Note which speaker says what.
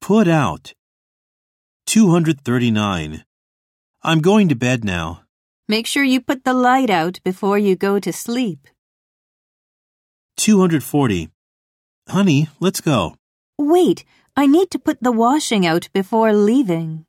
Speaker 1: Put out. 239. I'm going to bed now.
Speaker 2: Make sure you put the light out before you go to sleep.
Speaker 1: 240. Honey, let's go.
Speaker 2: Wait, I need to put the washing out before leaving.